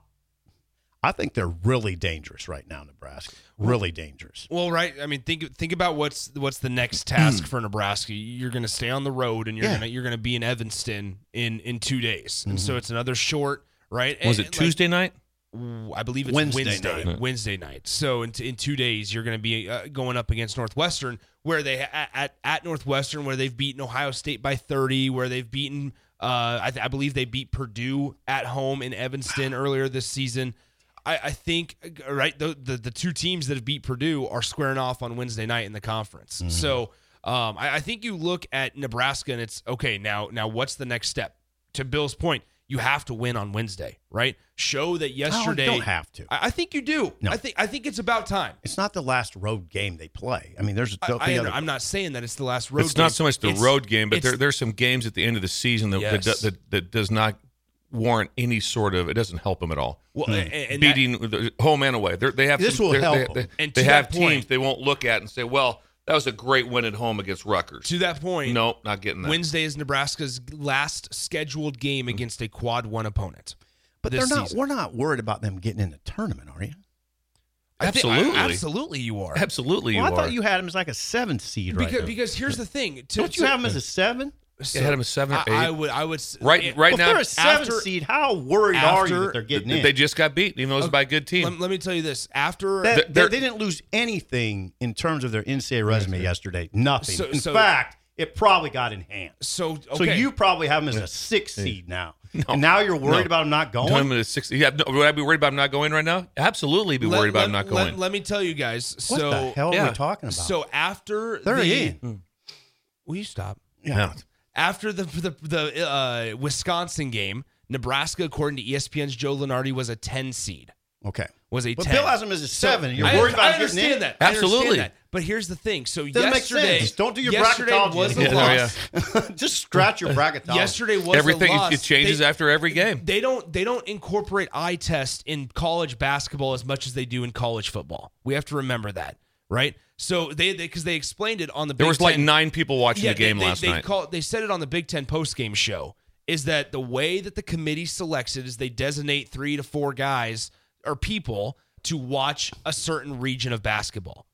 Speaker 4: I think they're really dangerous right now, Nebraska. Really dangerous.
Speaker 2: Well, right. I mean, think think about what's what's the next task for Nebraska. You're going to stay on the road, and you're
Speaker 4: Yeah.
Speaker 2: gonna you're going to be in Evanston in in two days, and
Speaker 4: Mm-hmm.
Speaker 2: so it's another short. Right?
Speaker 3: Was
Speaker 2: And-
Speaker 3: it
Speaker 2: and, like,
Speaker 3: Tuesday night?
Speaker 2: w- I believe it's
Speaker 4: Wednesday
Speaker 2: Wednesday Wednesday
Speaker 4: night.
Speaker 2: night. So in, t- in two days, you're going to be uh, going up against Northwestern, where they at, at at Northwestern, where they've beaten Ohio State by 30, where they've beaten, uh, I, th- I believe they beat Purdue at home in Evanston earlier this season. I, I think uh, right the, the the two teams that have beat Purdue are squaring off on Wednesday night in the conference.
Speaker 4: Mm-hmm.
Speaker 2: So um, I, I think you look at Nebraska and it's okay now. Now what's the next step? To Bill's point, you have to win on Wednesday, right? Show that yesterday.
Speaker 4: Oh, you don't have to.
Speaker 2: I, I think you do. I think I think it's about time.
Speaker 4: It's not the last road game they play. I mean, there's
Speaker 2: I,
Speaker 4: there'll be
Speaker 2: I,
Speaker 4: other-
Speaker 2: am not saying that it's the last road.
Speaker 3: it's
Speaker 2: game.
Speaker 3: not so much the
Speaker 2: It's-
Speaker 3: road game, but
Speaker 2: it's-
Speaker 3: there, there's some games at the end of the season that, that,
Speaker 2: Yes.
Speaker 3: do- that that does not warrant any sort of. It doesn't help them at all.
Speaker 2: well,
Speaker 4: Mm.
Speaker 2: and, and that-
Speaker 3: Beating the home and away, They're, they have
Speaker 4: This
Speaker 3: some-
Speaker 4: will
Speaker 3: they're-
Speaker 4: help
Speaker 3: They,
Speaker 4: them.
Speaker 3: they,
Speaker 2: And
Speaker 3: they
Speaker 2: to
Speaker 3: have
Speaker 2: that point-
Speaker 3: teams they won't look at and say, "Well, that was a great win at home against Rutgers."
Speaker 2: to that point.
Speaker 3: Nope, not getting that.
Speaker 2: Wednesday is Nebraska's last scheduled game against a quad one opponent.
Speaker 4: but
Speaker 2: this
Speaker 4: they're not.
Speaker 2: season.
Speaker 4: We're not worried about them getting in the tournament, are you?
Speaker 2: I think-
Speaker 3: Absolutely.
Speaker 2: I- absolutely, you are.
Speaker 3: Absolutely,
Speaker 4: Well,
Speaker 3: you
Speaker 4: I thought
Speaker 3: are.
Speaker 4: you had them as like a seven seed, right?
Speaker 2: Because,
Speaker 4: now.
Speaker 2: because here's the thing. To,
Speaker 4: Don't you
Speaker 2: to-
Speaker 4: have them as a seven?
Speaker 2: so-
Speaker 3: had them as seven or
Speaker 2: I- I,
Speaker 3: eight.
Speaker 2: would. I would. s-
Speaker 3: right,
Speaker 2: it-
Speaker 3: right
Speaker 4: well, if
Speaker 3: now,
Speaker 4: they're a seven
Speaker 2: after-
Speaker 4: seed. How worried are you
Speaker 2: after-
Speaker 4: that they're getting in?
Speaker 3: they just got beat, even though it was by a good team.
Speaker 2: Let, let me tell you this. After
Speaker 4: That-
Speaker 3: They're-
Speaker 4: they-
Speaker 3: they're-
Speaker 4: they didn't lose anything in terms of their NCAA resume yesterday. Nothing.
Speaker 2: So-
Speaker 4: in
Speaker 2: so-
Speaker 4: fact, it probably got in hand.
Speaker 2: so okay.
Speaker 4: So you probably have them as a six seed now, and now you're worried
Speaker 3: No.
Speaker 4: about them not going.
Speaker 3: Tournament is six. Yeah, no, would I be worried about him not going right now? Absolutely, be
Speaker 2: Let-
Speaker 3: worried about
Speaker 2: let-
Speaker 3: him not
Speaker 2: let-
Speaker 3: going.
Speaker 2: Let me tell you guys.
Speaker 4: what
Speaker 2: so
Speaker 4: the hell are
Speaker 3: yeah.
Speaker 4: we talking about?
Speaker 2: so after
Speaker 4: they're
Speaker 2: the, Mm.
Speaker 4: in.
Speaker 2: Will you stop?
Speaker 4: Yeah.
Speaker 2: After the the, the E uh, Wisconsin game, Nebraska, according to ESPN's Joe Lenardi, was a 10 seed.
Speaker 4: Okay.
Speaker 2: was a
Speaker 4: But
Speaker 2: 10.
Speaker 4: Bill has him as a seven. and You're
Speaker 2: I,
Speaker 4: worried about
Speaker 2: I
Speaker 4: him getting
Speaker 2: understand
Speaker 4: in?
Speaker 2: that. I
Speaker 5: Absolutely.
Speaker 2: understand that. But here's the thing. So
Speaker 4: Doesn't make
Speaker 2: yesterday,
Speaker 4: sense. Don't do your
Speaker 2: yesterday
Speaker 4: bracketology
Speaker 2: was the
Speaker 4: anymore.
Speaker 2: loss.
Speaker 4: Just scratch your bracketology.
Speaker 2: Yesterday was
Speaker 5: Everything
Speaker 2: the loss.
Speaker 5: it changes
Speaker 2: They-
Speaker 5: after every game.
Speaker 2: They don't they don't incorporate eye test in college basketball as much as they do in college football. We have to remember that, right? So they because they, explained it on the
Speaker 3: There
Speaker 2: Big
Speaker 3: was like
Speaker 2: Ten-
Speaker 3: nine people watching the
Speaker 2: they-
Speaker 3: game
Speaker 2: they,
Speaker 3: last
Speaker 2: they
Speaker 3: night.
Speaker 2: Call, they said it on the Big Ten postgame show is that the way that the committee selects it is they designate three to four guys or people to watch a certain region of basketball,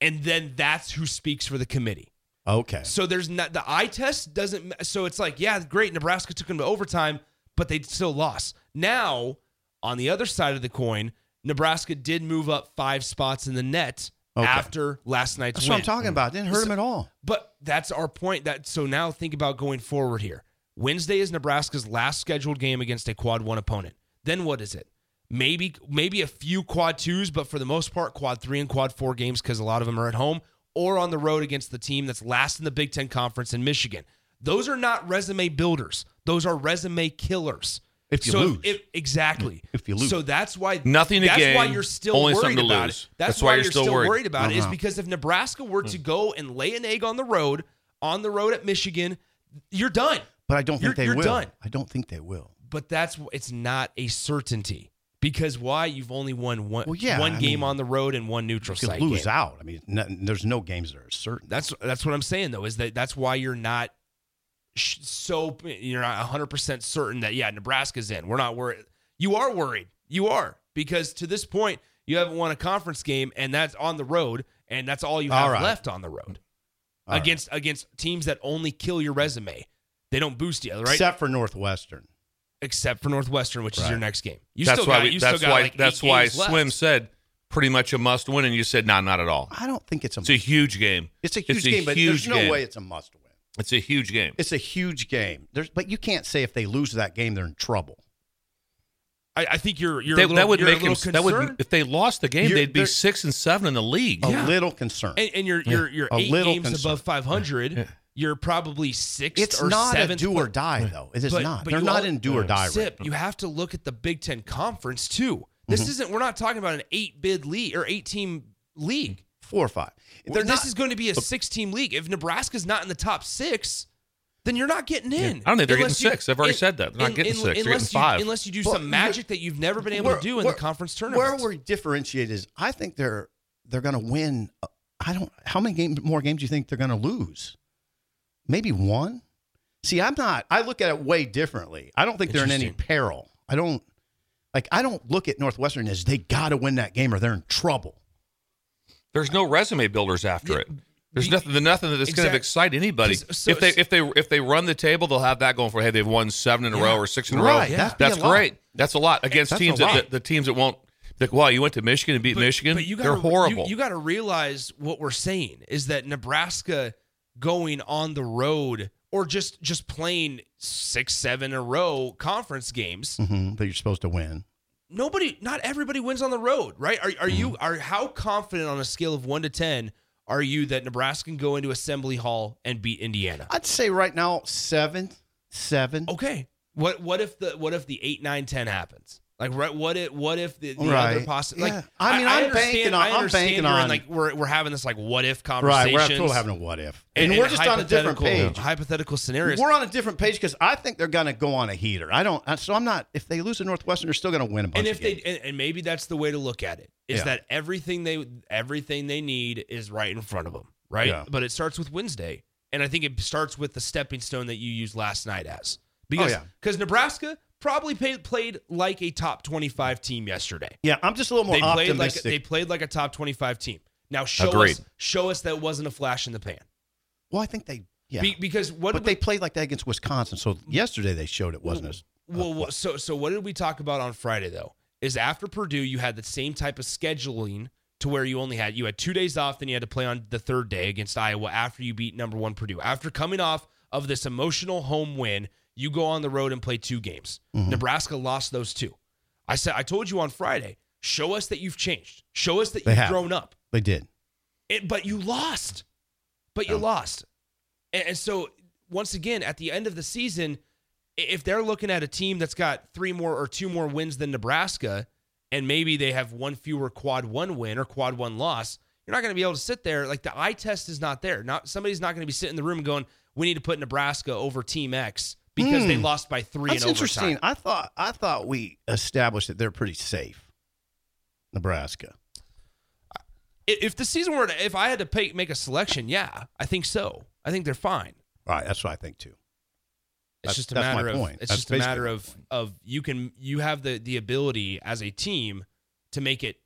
Speaker 2: and then that's who speaks for the committee.
Speaker 4: Okay.
Speaker 2: So there's not the eye test doesn't. So it's like, yeah, great. Nebraska took them to overtime, but they still lost. Now, on the other side of the coin, Nebraska did move up five spots in the net
Speaker 4: Okay.
Speaker 2: after last night's
Speaker 4: That's
Speaker 2: win.
Speaker 4: what I'm talking about. Didn't hurt him at all.
Speaker 2: But that's our point. That so now think about going forward here. Wednesday is Nebraska's last scheduled game against a quad one opponent. Then what is it? Maybe maybe a few quad twos, but for the most part, quad three and quad four games because a lot of them are at home or on the road against the team that's last in the Big Ten conference in Michigan. Those are not resume builders. Those are resume killers.
Speaker 4: If you
Speaker 2: So
Speaker 4: lose.
Speaker 2: if, exactly.
Speaker 4: If you lose.
Speaker 2: So that's why
Speaker 3: Nothing to
Speaker 2: that's why
Speaker 3: gain,
Speaker 2: you're still
Speaker 3: only
Speaker 2: worried
Speaker 3: something to
Speaker 2: about
Speaker 3: lose.
Speaker 2: it. That's, why, you're still worried, about it is
Speaker 4: Uh-huh.
Speaker 2: because if Nebraska were
Speaker 3: Hmm.
Speaker 2: to go and lay an egg on the road, on the road at Michigan, you're done.
Speaker 4: But I don't think
Speaker 2: You're-
Speaker 4: they
Speaker 2: you're
Speaker 4: will.
Speaker 2: done.
Speaker 4: I don't think they will.
Speaker 2: But that's it's not a certainty because why you've only won one
Speaker 4: Well, yeah,
Speaker 2: one
Speaker 4: I
Speaker 2: game
Speaker 4: mean,
Speaker 2: on the road and one neutral
Speaker 4: You
Speaker 2: site
Speaker 4: lose
Speaker 2: game.
Speaker 4: out. I mean, nothing, there's no games that are certain.
Speaker 2: That's that's what I'm saying though is that that's why you're not sh- so you're not 100 percent certain that yeah Nebraska's in. We're not worried. You are worried. You are because to this point you haven't won a conference game and that's on the road and that's all you
Speaker 4: All
Speaker 2: have
Speaker 4: right.
Speaker 2: left on the road
Speaker 4: All right.
Speaker 2: against against teams that only kill your resume. They don't boost you, right? Except,
Speaker 4: except for Northwestern.
Speaker 2: for Northwestern, which is
Speaker 4: Right.
Speaker 2: your next game. You
Speaker 3: that's
Speaker 2: still
Speaker 3: why.
Speaker 2: got,
Speaker 3: we,
Speaker 2: you
Speaker 3: that's
Speaker 2: still got
Speaker 3: why.
Speaker 2: like eight
Speaker 3: that's why.
Speaker 2: games left.
Speaker 3: Slim said pretty much a must win, and you said no, not at all.
Speaker 4: I don't think it's a.
Speaker 3: It's a huge game.
Speaker 4: it's a huge
Speaker 3: it's a
Speaker 4: game, but there's
Speaker 3: huge
Speaker 4: no
Speaker 3: game.
Speaker 4: way it's a must win.
Speaker 3: It's a huge game.
Speaker 4: It's a huge game. There's, but you can't say if they lose that game they're in trouble.
Speaker 2: I, I think you're you're
Speaker 3: They-
Speaker 2: a little,
Speaker 3: that would
Speaker 2: you're
Speaker 3: make
Speaker 2: a little
Speaker 3: him. That would
Speaker 2: concerned.
Speaker 3: if they lost the game,
Speaker 4: You're-
Speaker 3: they'd be
Speaker 4: they're-
Speaker 3: six and seven in the league.
Speaker 4: A
Speaker 2: Yeah.
Speaker 4: little concerned.
Speaker 2: and, and you're you're you're
Speaker 4: A
Speaker 2: eight
Speaker 4: little
Speaker 2: games
Speaker 4: concerned.
Speaker 2: above 500. You're probably sixth
Speaker 4: it's
Speaker 2: or
Speaker 4: not a
Speaker 2: seventh.
Speaker 4: do or
Speaker 2: place.
Speaker 4: die though. It is
Speaker 2: But-
Speaker 4: not.
Speaker 2: but
Speaker 4: They're
Speaker 2: you
Speaker 4: not
Speaker 2: all-
Speaker 4: in do or die. right
Speaker 2: Zip, you have to look at the Big Ten conference too.
Speaker 4: Mm-hmm.
Speaker 2: This isn't. We're not talking about an eight bid league or eight team league.
Speaker 4: Four or five. They're
Speaker 2: this
Speaker 4: not.
Speaker 2: is going to be a six team league. If Nebraska's not in the top six, then you're not getting in.
Speaker 3: I don't think they're
Speaker 2: Unless
Speaker 3: getting six. I've already
Speaker 2: in-
Speaker 3: said that. They're not getting six. They're getting
Speaker 2: unless
Speaker 3: five.
Speaker 2: You, unless you do
Speaker 4: Well,
Speaker 2: some
Speaker 4: you're-
Speaker 2: magic that you've never been able
Speaker 4: Where-
Speaker 2: to do in
Speaker 4: where-
Speaker 2: the conference tournament.
Speaker 4: Where we're differentiated is, I think they're they're going to win. uh, I don't. How many games more games do you think they're going to lose? Maybe one. See, I'm not. I look at it way differently. I don't think they're in any
Speaker 2: Interesting.
Speaker 4: peril. I don't like. I don't look at Northwestern as they got to win that game or they're in trouble.
Speaker 3: There's no resume builders after it. There's
Speaker 2: be-
Speaker 3: nothing, nothing that's going
Speaker 2: Exact-
Speaker 3: to excite anybody.
Speaker 2: 'Cause- so-
Speaker 3: if they if they if they run the table, they'll have that going for. Hey, they've won seven in a row or six in a row.
Speaker 4: Right, Yeah. that'd be
Speaker 3: That's
Speaker 4: a lot.
Speaker 3: great. That's a lot against
Speaker 4: That's a
Speaker 3: teams
Speaker 4: lot.
Speaker 3: that the, the teams that won't. Like, wow, you went to Michigan and beat Michigan. They're horrible.
Speaker 2: You, got to realize what we're saying is that Nebraska going on the road or just just playing six, seven in a row conference games.
Speaker 4: Mhm, that you're supposed to win.
Speaker 2: Nobody, not everybody wins on the road, right? Are are you are how confident on a scale of one to ten are you that Nebraska can go into Assembly Hall and beat Indiana?
Speaker 4: I'd say right now seven, seven.
Speaker 2: Okay. What what if the what if the eight, nine, ten happens? Like right, what if what if the, the
Speaker 4: Right.
Speaker 2: other possible?
Speaker 4: Yeah.
Speaker 2: Like
Speaker 4: I mean, I'm
Speaker 2: understand-
Speaker 4: banking on-
Speaker 2: I
Speaker 4: I'm
Speaker 2: understand
Speaker 4: banking
Speaker 2: you're in,
Speaker 4: on-
Speaker 2: like we're we're having this like what if
Speaker 4: Right,
Speaker 2: conversation.
Speaker 4: we're absolutely having a what if, and, we're just on a different page.
Speaker 2: Hypothetical scenarios.
Speaker 4: We're on a different page because I think they're going to go on a heater. I don't, I- so I'm not. If they lose to Northwestern, they're still going to win a bunch.
Speaker 2: and if
Speaker 4: of
Speaker 2: they
Speaker 4: games.
Speaker 2: and, and maybe that's the way to look at it is
Speaker 4: Yeah.
Speaker 2: that everything they everything they need is right in front of them, right?
Speaker 4: Yeah.
Speaker 2: But it starts with Wednesday, and I think it starts with the stepping stone that you used last night as because
Speaker 4: Oh, yeah.
Speaker 2: because Nebraska probably paid, played like a top twenty five team yesterday.
Speaker 4: yeah, I'm just a little more
Speaker 2: they played like
Speaker 4: optimistic.
Speaker 2: they played like a top 25 team. Now show
Speaker 3: Agreed.
Speaker 2: us show us that wasn't a flash in the pan.
Speaker 4: well, I think they, yeah,
Speaker 2: Be- because what
Speaker 4: but
Speaker 2: did we,
Speaker 4: they played like that against Wisconsin. So yesterday they showed it wasn't as
Speaker 2: well, well, so so what did we talk about on Friday though? Is after Purdue you had the same type of scheduling to where you only had you had 2 days off then you had to play on the third day against Iowa after you beat number 1 Purdue. After coming off of this emotional home win, you go on the road and play two games.
Speaker 4: Mm-hmm.
Speaker 2: Nebraska lost those two. I said I told you on Friday, show us that you've changed. Show us that
Speaker 4: They
Speaker 2: you've
Speaker 4: have.
Speaker 2: grown up.
Speaker 4: they did.
Speaker 2: It, but you lost. But
Speaker 4: Oh.
Speaker 2: you lost. And, and so, once again, at the end of the season, i- if they're looking at a team that's got three more or two more wins than Nebraska and maybe they have one fewer quad one win or quad one loss, you're not going to be able to sit there. Like the eye test is not there. Not somebody's not going to be sitting in the room going, "We need to put Nebraska over Team X because they lost by three
Speaker 4: Hmm. That's
Speaker 2: in overtime."
Speaker 4: interesting. I thought I thought we established that they're pretty safe. Nebraska.
Speaker 2: I- If the season were to, if I had to pay, make a selection, yeah, I think so. I think they're fine.
Speaker 4: All right, that's what I think too.
Speaker 2: It's
Speaker 4: That's-
Speaker 2: just a
Speaker 4: that's my
Speaker 2: matter of
Speaker 4: point.
Speaker 2: it's
Speaker 4: That's
Speaker 2: just a matter
Speaker 4: basically my
Speaker 2: of
Speaker 4: point.
Speaker 2: of you can you have the the ability as a team to make it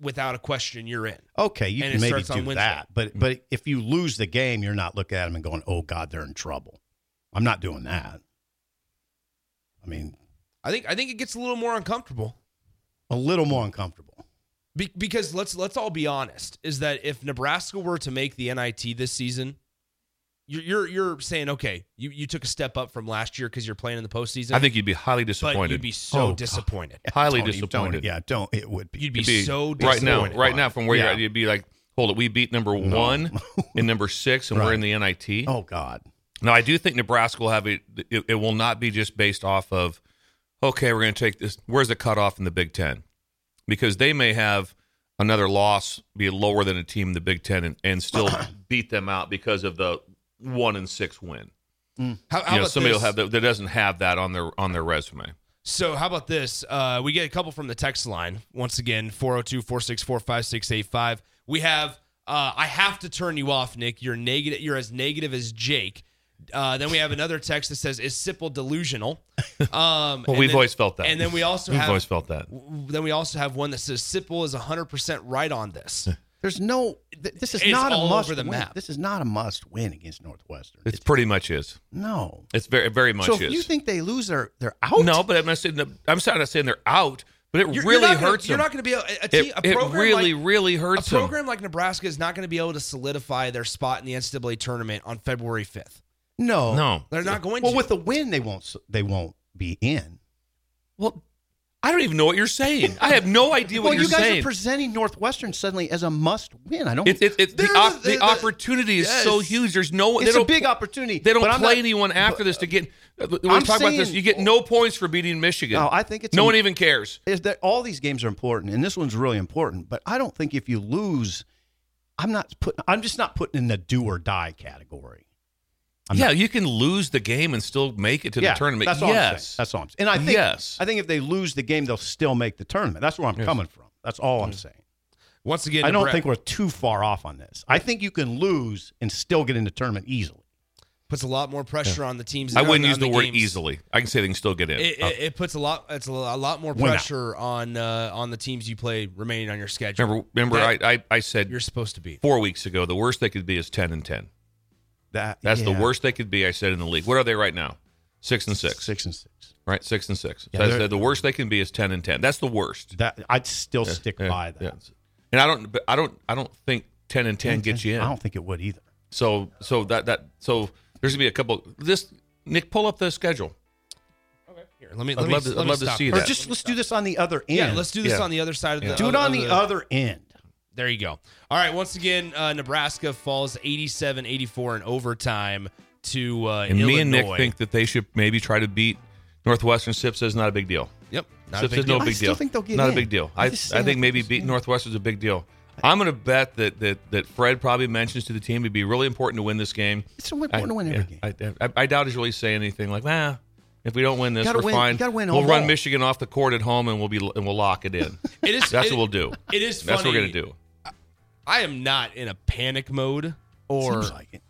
Speaker 2: without a question you're in.
Speaker 4: Okay, you
Speaker 2: And it
Speaker 4: can maybe
Speaker 2: starts on
Speaker 4: do
Speaker 2: Wednesday. Mm.
Speaker 4: that, but but if you lose the game, you're not looking at them and going, "Oh God, they're in trouble." I'm not doing that. I mean,
Speaker 2: I think I think it gets a little more uncomfortable
Speaker 4: a little more uncomfortable.
Speaker 2: Be- because let's let's all be honest is that if Nebraska were to make the NIT this season, you're you're, you're saying okay, you you took a step up from last year because you're playing in the postseason.
Speaker 3: I think you'd be highly
Speaker 2: but
Speaker 3: disappointed.
Speaker 2: you'd be so
Speaker 4: Oh, God.
Speaker 2: disappointed.
Speaker 3: highly
Speaker 4: Tony,
Speaker 3: disappointed.
Speaker 4: Tony, yeah, don't. It would be.
Speaker 2: You'd be,
Speaker 3: You'd be-
Speaker 2: so
Speaker 3: right
Speaker 2: disappointed.
Speaker 3: now, right now, from where you're
Speaker 4: Yeah.
Speaker 3: at, you'd be like, "Hold it, we beat number one and number six, and we're
Speaker 4: Right.
Speaker 3: in the NIT."
Speaker 4: oh God.
Speaker 3: Now, I do think Nebraska will have a, it. It will not be just based off of, okay, we're going to take this. Where's the cutoff in the Big Ten? Because they may have another loss be lower than a team in the Big Ten and, and still beat them out because of the one and six win.
Speaker 2: How, how
Speaker 3: You know,
Speaker 2: about
Speaker 3: somebody
Speaker 2: this?
Speaker 3: will have that, that doesn't have that on their on their resume.
Speaker 2: So, how about this? Uh, we get a couple from the text line. Once again, 402 464 5685. We have, uh, I have to turn you off, Nick. You're negative. You're as negative as Jake. Uh, then we have another text that says, Is Sipple delusional? Um,
Speaker 3: Well,
Speaker 2: and
Speaker 3: we've
Speaker 2: then-
Speaker 3: always felt that.
Speaker 2: And then we also
Speaker 3: We've
Speaker 2: have,
Speaker 3: always felt that.
Speaker 2: w- Then we also have one that says, Sipple is 100% right on this.
Speaker 4: There's no. Th- this is
Speaker 2: It's
Speaker 4: not a
Speaker 2: all
Speaker 4: must
Speaker 2: over the
Speaker 4: win.
Speaker 2: map.
Speaker 4: This is not a must win against Northwestern.
Speaker 3: It's pretty much is.
Speaker 4: no.
Speaker 3: It's very very much
Speaker 4: So
Speaker 3: is.
Speaker 4: if you think they lose, they're they're out.
Speaker 3: No, but I'm not saying the, I'm sorry, I'm not saying they're out, but it
Speaker 2: You're- you're
Speaker 3: really
Speaker 2: not gonna-
Speaker 3: hurts
Speaker 2: You're
Speaker 3: them.
Speaker 2: not going to be able, a, a, team- a
Speaker 3: it,
Speaker 2: program
Speaker 3: it really,
Speaker 2: like,
Speaker 3: really
Speaker 2: a
Speaker 3: hurts them.
Speaker 2: program like Nebraska is not going to be able to solidify their spot in the NCAA tournament on February 5th.
Speaker 4: no,
Speaker 3: No,
Speaker 2: They're not going
Speaker 4: Well,
Speaker 2: to.
Speaker 4: with the win, they won't s- they won't be in.
Speaker 3: well, I don't even know what you're saying. I have no idea what
Speaker 4: well,
Speaker 3: you're
Speaker 4: you guys
Speaker 3: saying.
Speaker 4: are presenting Northwestern suddenly as a must win. I don't.
Speaker 3: It's it's it's the,
Speaker 2: They're
Speaker 3: op-
Speaker 2: the-
Speaker 3: the,
Speaker 2: the-
Speaker 3: opportunity is so
Speaker 2: Yes.
Speaker 3: huge. There's no they
Speaker 4: it's a
Speaker 3: don't
Speaker 4: big
Speaker 3: pl-
Speaker 4: opportunity.
Speaker 3: They don't
Speaker 4: but
Speaker 3: play
Speaker 4: I'm not-
Speaker 3: anyone after this to get. uh, We
Speaker 4: I'm
Speaker 3: talk about this.
Speaker 4: saying-
Speaker 3: You get no points for beating Michigan.
Speaker 4: No, I think it's
Speaker 3: no
Speaker 4: a-
Speaker 3: one even cares.
Speaker 4: Is that all these games are important, and this one's really important. But I don't think if you lose, I'm not put. I'm just not putting in the do or die category. I'm
Speaker 3: yeah, you can lose the game and still make it to
Speaker 4: yeah,
Speaker 3: the tournament.
Speaker 4: That's all I'm saying.
Speaker 3: yes,
Speaker 4: That's all I'm saying. And I think
Speaker 3: Yes.
Speaker 4: I think if they lose the game, they'll still make the tournament. That's where I'm coming from. That's all
Speaker 3: Mm.
Speaker 4: I'm saying.
Speaker 2: Once again,
Speaker 4: I don't
Speaker 2: Nebra-
Speaker 4: think we're too far off on this. I think you can lose and still get in the tournament easily.
Speaker 2: puts a lot more pressure on the teams.
Speaker 3: I
Speaker 2: on
Speaker 3: wouldn't
Speaker 2: on
Speaker 3: use the, word
Speaker 2: games.
Speaker 3: easily. Uh, I can say they can still get in.
Speaker 2: It, it, it puts a lot. It's a lot a lot more
Speaker 4: Why not?
Speaker 2: pressure on uh, on the teams you play remaining on your schedule.
Speaker 3: remember, remember,
Speaker 2: that
Speaker 3: I, I I said
Speaker 2: you're supposed to be.
Speaker 3: four weeks ago the worst they could be is ten and ten.
Speaker 4: That
Speaker 3: That's
Speaker 4: yeah.
Speaker 3: the worst they could be. I said in the league. What are they right now? Six and six.
Speaker 4: Six and six.
Speaker 3: Right, six and six.
Speaker 4: Yeah,
Speaker 3: So I
Speaker 4: they're-
Speaker 3: said the worst they can be is ten and ten. That's the worst.
Speaker 4: That I'd still stick
Speaker 3: Yeah,
Speaker 4: by that.
Speaker 3: yeah. And I don't. But I don't. I don't think ten and ten gets you
Speaker 4: I
Speaker 3: in.
Speaker 4: don't think it would either.
Speaker 3: So so that that so there's gonna be a couple. This Nick, pull up the schedule.
Speaker 2: Here, let me.
Speaker 3: I'd
Speaker 2: Let me,
Speaker 3: love to-
Speaker 2: let
Speaker 3: I'd
Speaker 2: me
Speaker 3: love to
Speaker 2: stop.
Speaker 3: see
Speaker 4: Or
Speaker 3: that.
Speaker 4: just let's do this on the other end.
Speaker 2: Yeah, let's do this
Speaker 3: Yeah.
Speaker 2: on the other side of the.
Speaker 4: do it on the
Speaker 2: other.
Speaker 4: other end.
Speaker 2: There you go. All right. Once again, uh, Nebraska falls 87 84 in overtime to uh,
Speaker 3: And me and Nick
Speaker 2: Illinois.
Speaker 3: think that they should maybe try to beat Northwestern. Sip says not a big deal.
Speaker 2: Yep. Not a
Speaker 3: Sip
Speaker 2: big
Speaker 3: says no
Speaker 2: deal.
Speaker 4: I
Speaker 3: big
Speaker 4: still
Speaker 3: deal.
Speaker 4: think they'll get
Speaker 3: not a
Speaker 4: in.
Speaker 3: big deal.
Speaker 4: I
Speaker 3: I
Speaker 4: just
Speaker 3: I
Speaker 4: think
Speaker 3: think maybe
Speaker 4: Northwestern's
Speaker 3: beating
Speaker 4: in.
Speaker 3: Northwestern's a big deal. I'm gonna bet that that that that Fred probably mentions to the team it'd be really important to win this game.
Speaker 4: It's so important to win every game.
Speaker 3: game. I, I, I doubt he's really saying anything like, "Nah, if we don't win this,
Speaker 4: Gotta
Speaker 3: we're
Speaker 4: win-
Speaker 3: fine.
Speaker 4: you gotta win
Speaker 3: we'll
Speaker 4: home
Speaker 3: run
Speaker 4: ball."
Speaker 3: Michigan off the court at home, and we'll be and we'll lock it in.
Speaker 2: It is.
Speaker 3: That's
Speaker 2: it-
Speaker 3: what we'll do.
Speaker 2: It is. Funny.
Speaker 3: That's what we're gonna do.
Speaker 2: I am not in a panic mode or
Speaker 4: Seems like it.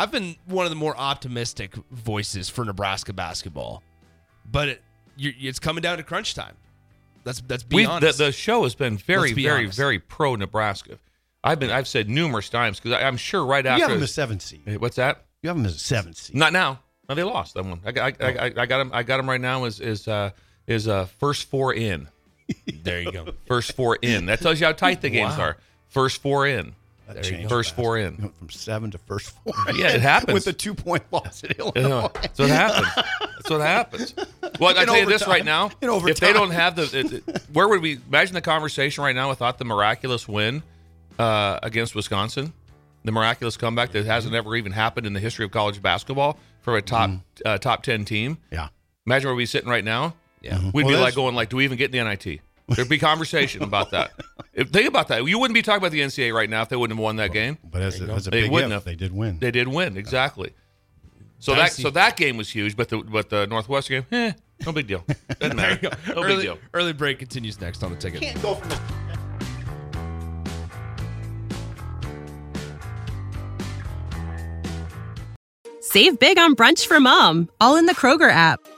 Speaker 2: I've been one of the more optimistic voices for Nebraska basketball, but it, you it's coming down to crunch time. That's that's be
Speaker 3: We the,
Speaker 2: honest.
Speaker 3: the show has been very
Speaker 2: Let's be
Speaker 3: very
Speaker 2: honest.
Speaker 3: very pro Nebraska. I've been I've said numerous times because I'm sure right
Speaker 4: You have
Speaker 3: after
Speaker 4: them as seven seed.
Speaker 3: Hey, what's that?
Speaker 4: You have them as a seven seed.
Speaker 3: Not now. No, they lost that one. I got I, I, I, I got him. I got him right now. Is is uh is uh first four in.
Speaker 2: there you go.
Speaker 3: First four in. That tells you how tight the games
Speaker 2: Wow.
Speaker 3: are. First four in.
Speaker 4: That
Speaker 2: There you
Speaker 4: changed
Speaker 3: go. First
Speaker 4: fast.
Speaker 3: four in.
Speaker 4: You went from seven to first four.
Speaker 3: Yeah, it happens.
Speaker 4: with a two point loss at Illinois.
Speaker 3: Yeah, That's what happens. That's what happens. Well, I
Speaker 4: In
Speaker 3: tell you this
Speaker 4: overtime.
Speaker 3: right now.
Speaker 4: In
Speaker 3: If they
Speaker 4: overtime.
Speaker 3: don't have the, it- it- where would we imagine the conversation right now without the miraculous win uh, against Wisconsin, the miraculous comeback that hasn't ever even happened in the history of college basketball from a top
Speaker 4: Mm-hmm.
Speaker 3: uh, top ten team.
Speaker 4: Yeah.
Speaker 3: Imagine where we'd be sitting right now.
Speaker 2: Yeah.
Speaker 3: We'd
Speaker 4: Well,
Speaker 3: be
Speaker 4: that's-
Speaker 3: like going like, do we even get in the NIT? There'd be conversation about that. If think about that, you wouldn't be talking about the NCAA right now if they wouldn't have won that game.
Speaker 4: But as, a, as a
Speaker 3: They
Speaker 4: big
Speaker 3: wouldn't
Speaker 4: if,
Speaker 3: have.
Speaker 4: they did win.
Speaker 3: They did win exactly. So
Speaker 2: Dicey.
Speaker 3: that so that game was huge, but the but the Northwest game, eh, no big deal. Doesn't matter. No big
Speaker 2: Early,
Speaker 3: deal.
Speaker 2: early break continues next on the ticket.
Speaker 6: Can't go from the
Speaker 7: Save big on brunch for mom, all in the Kroger app.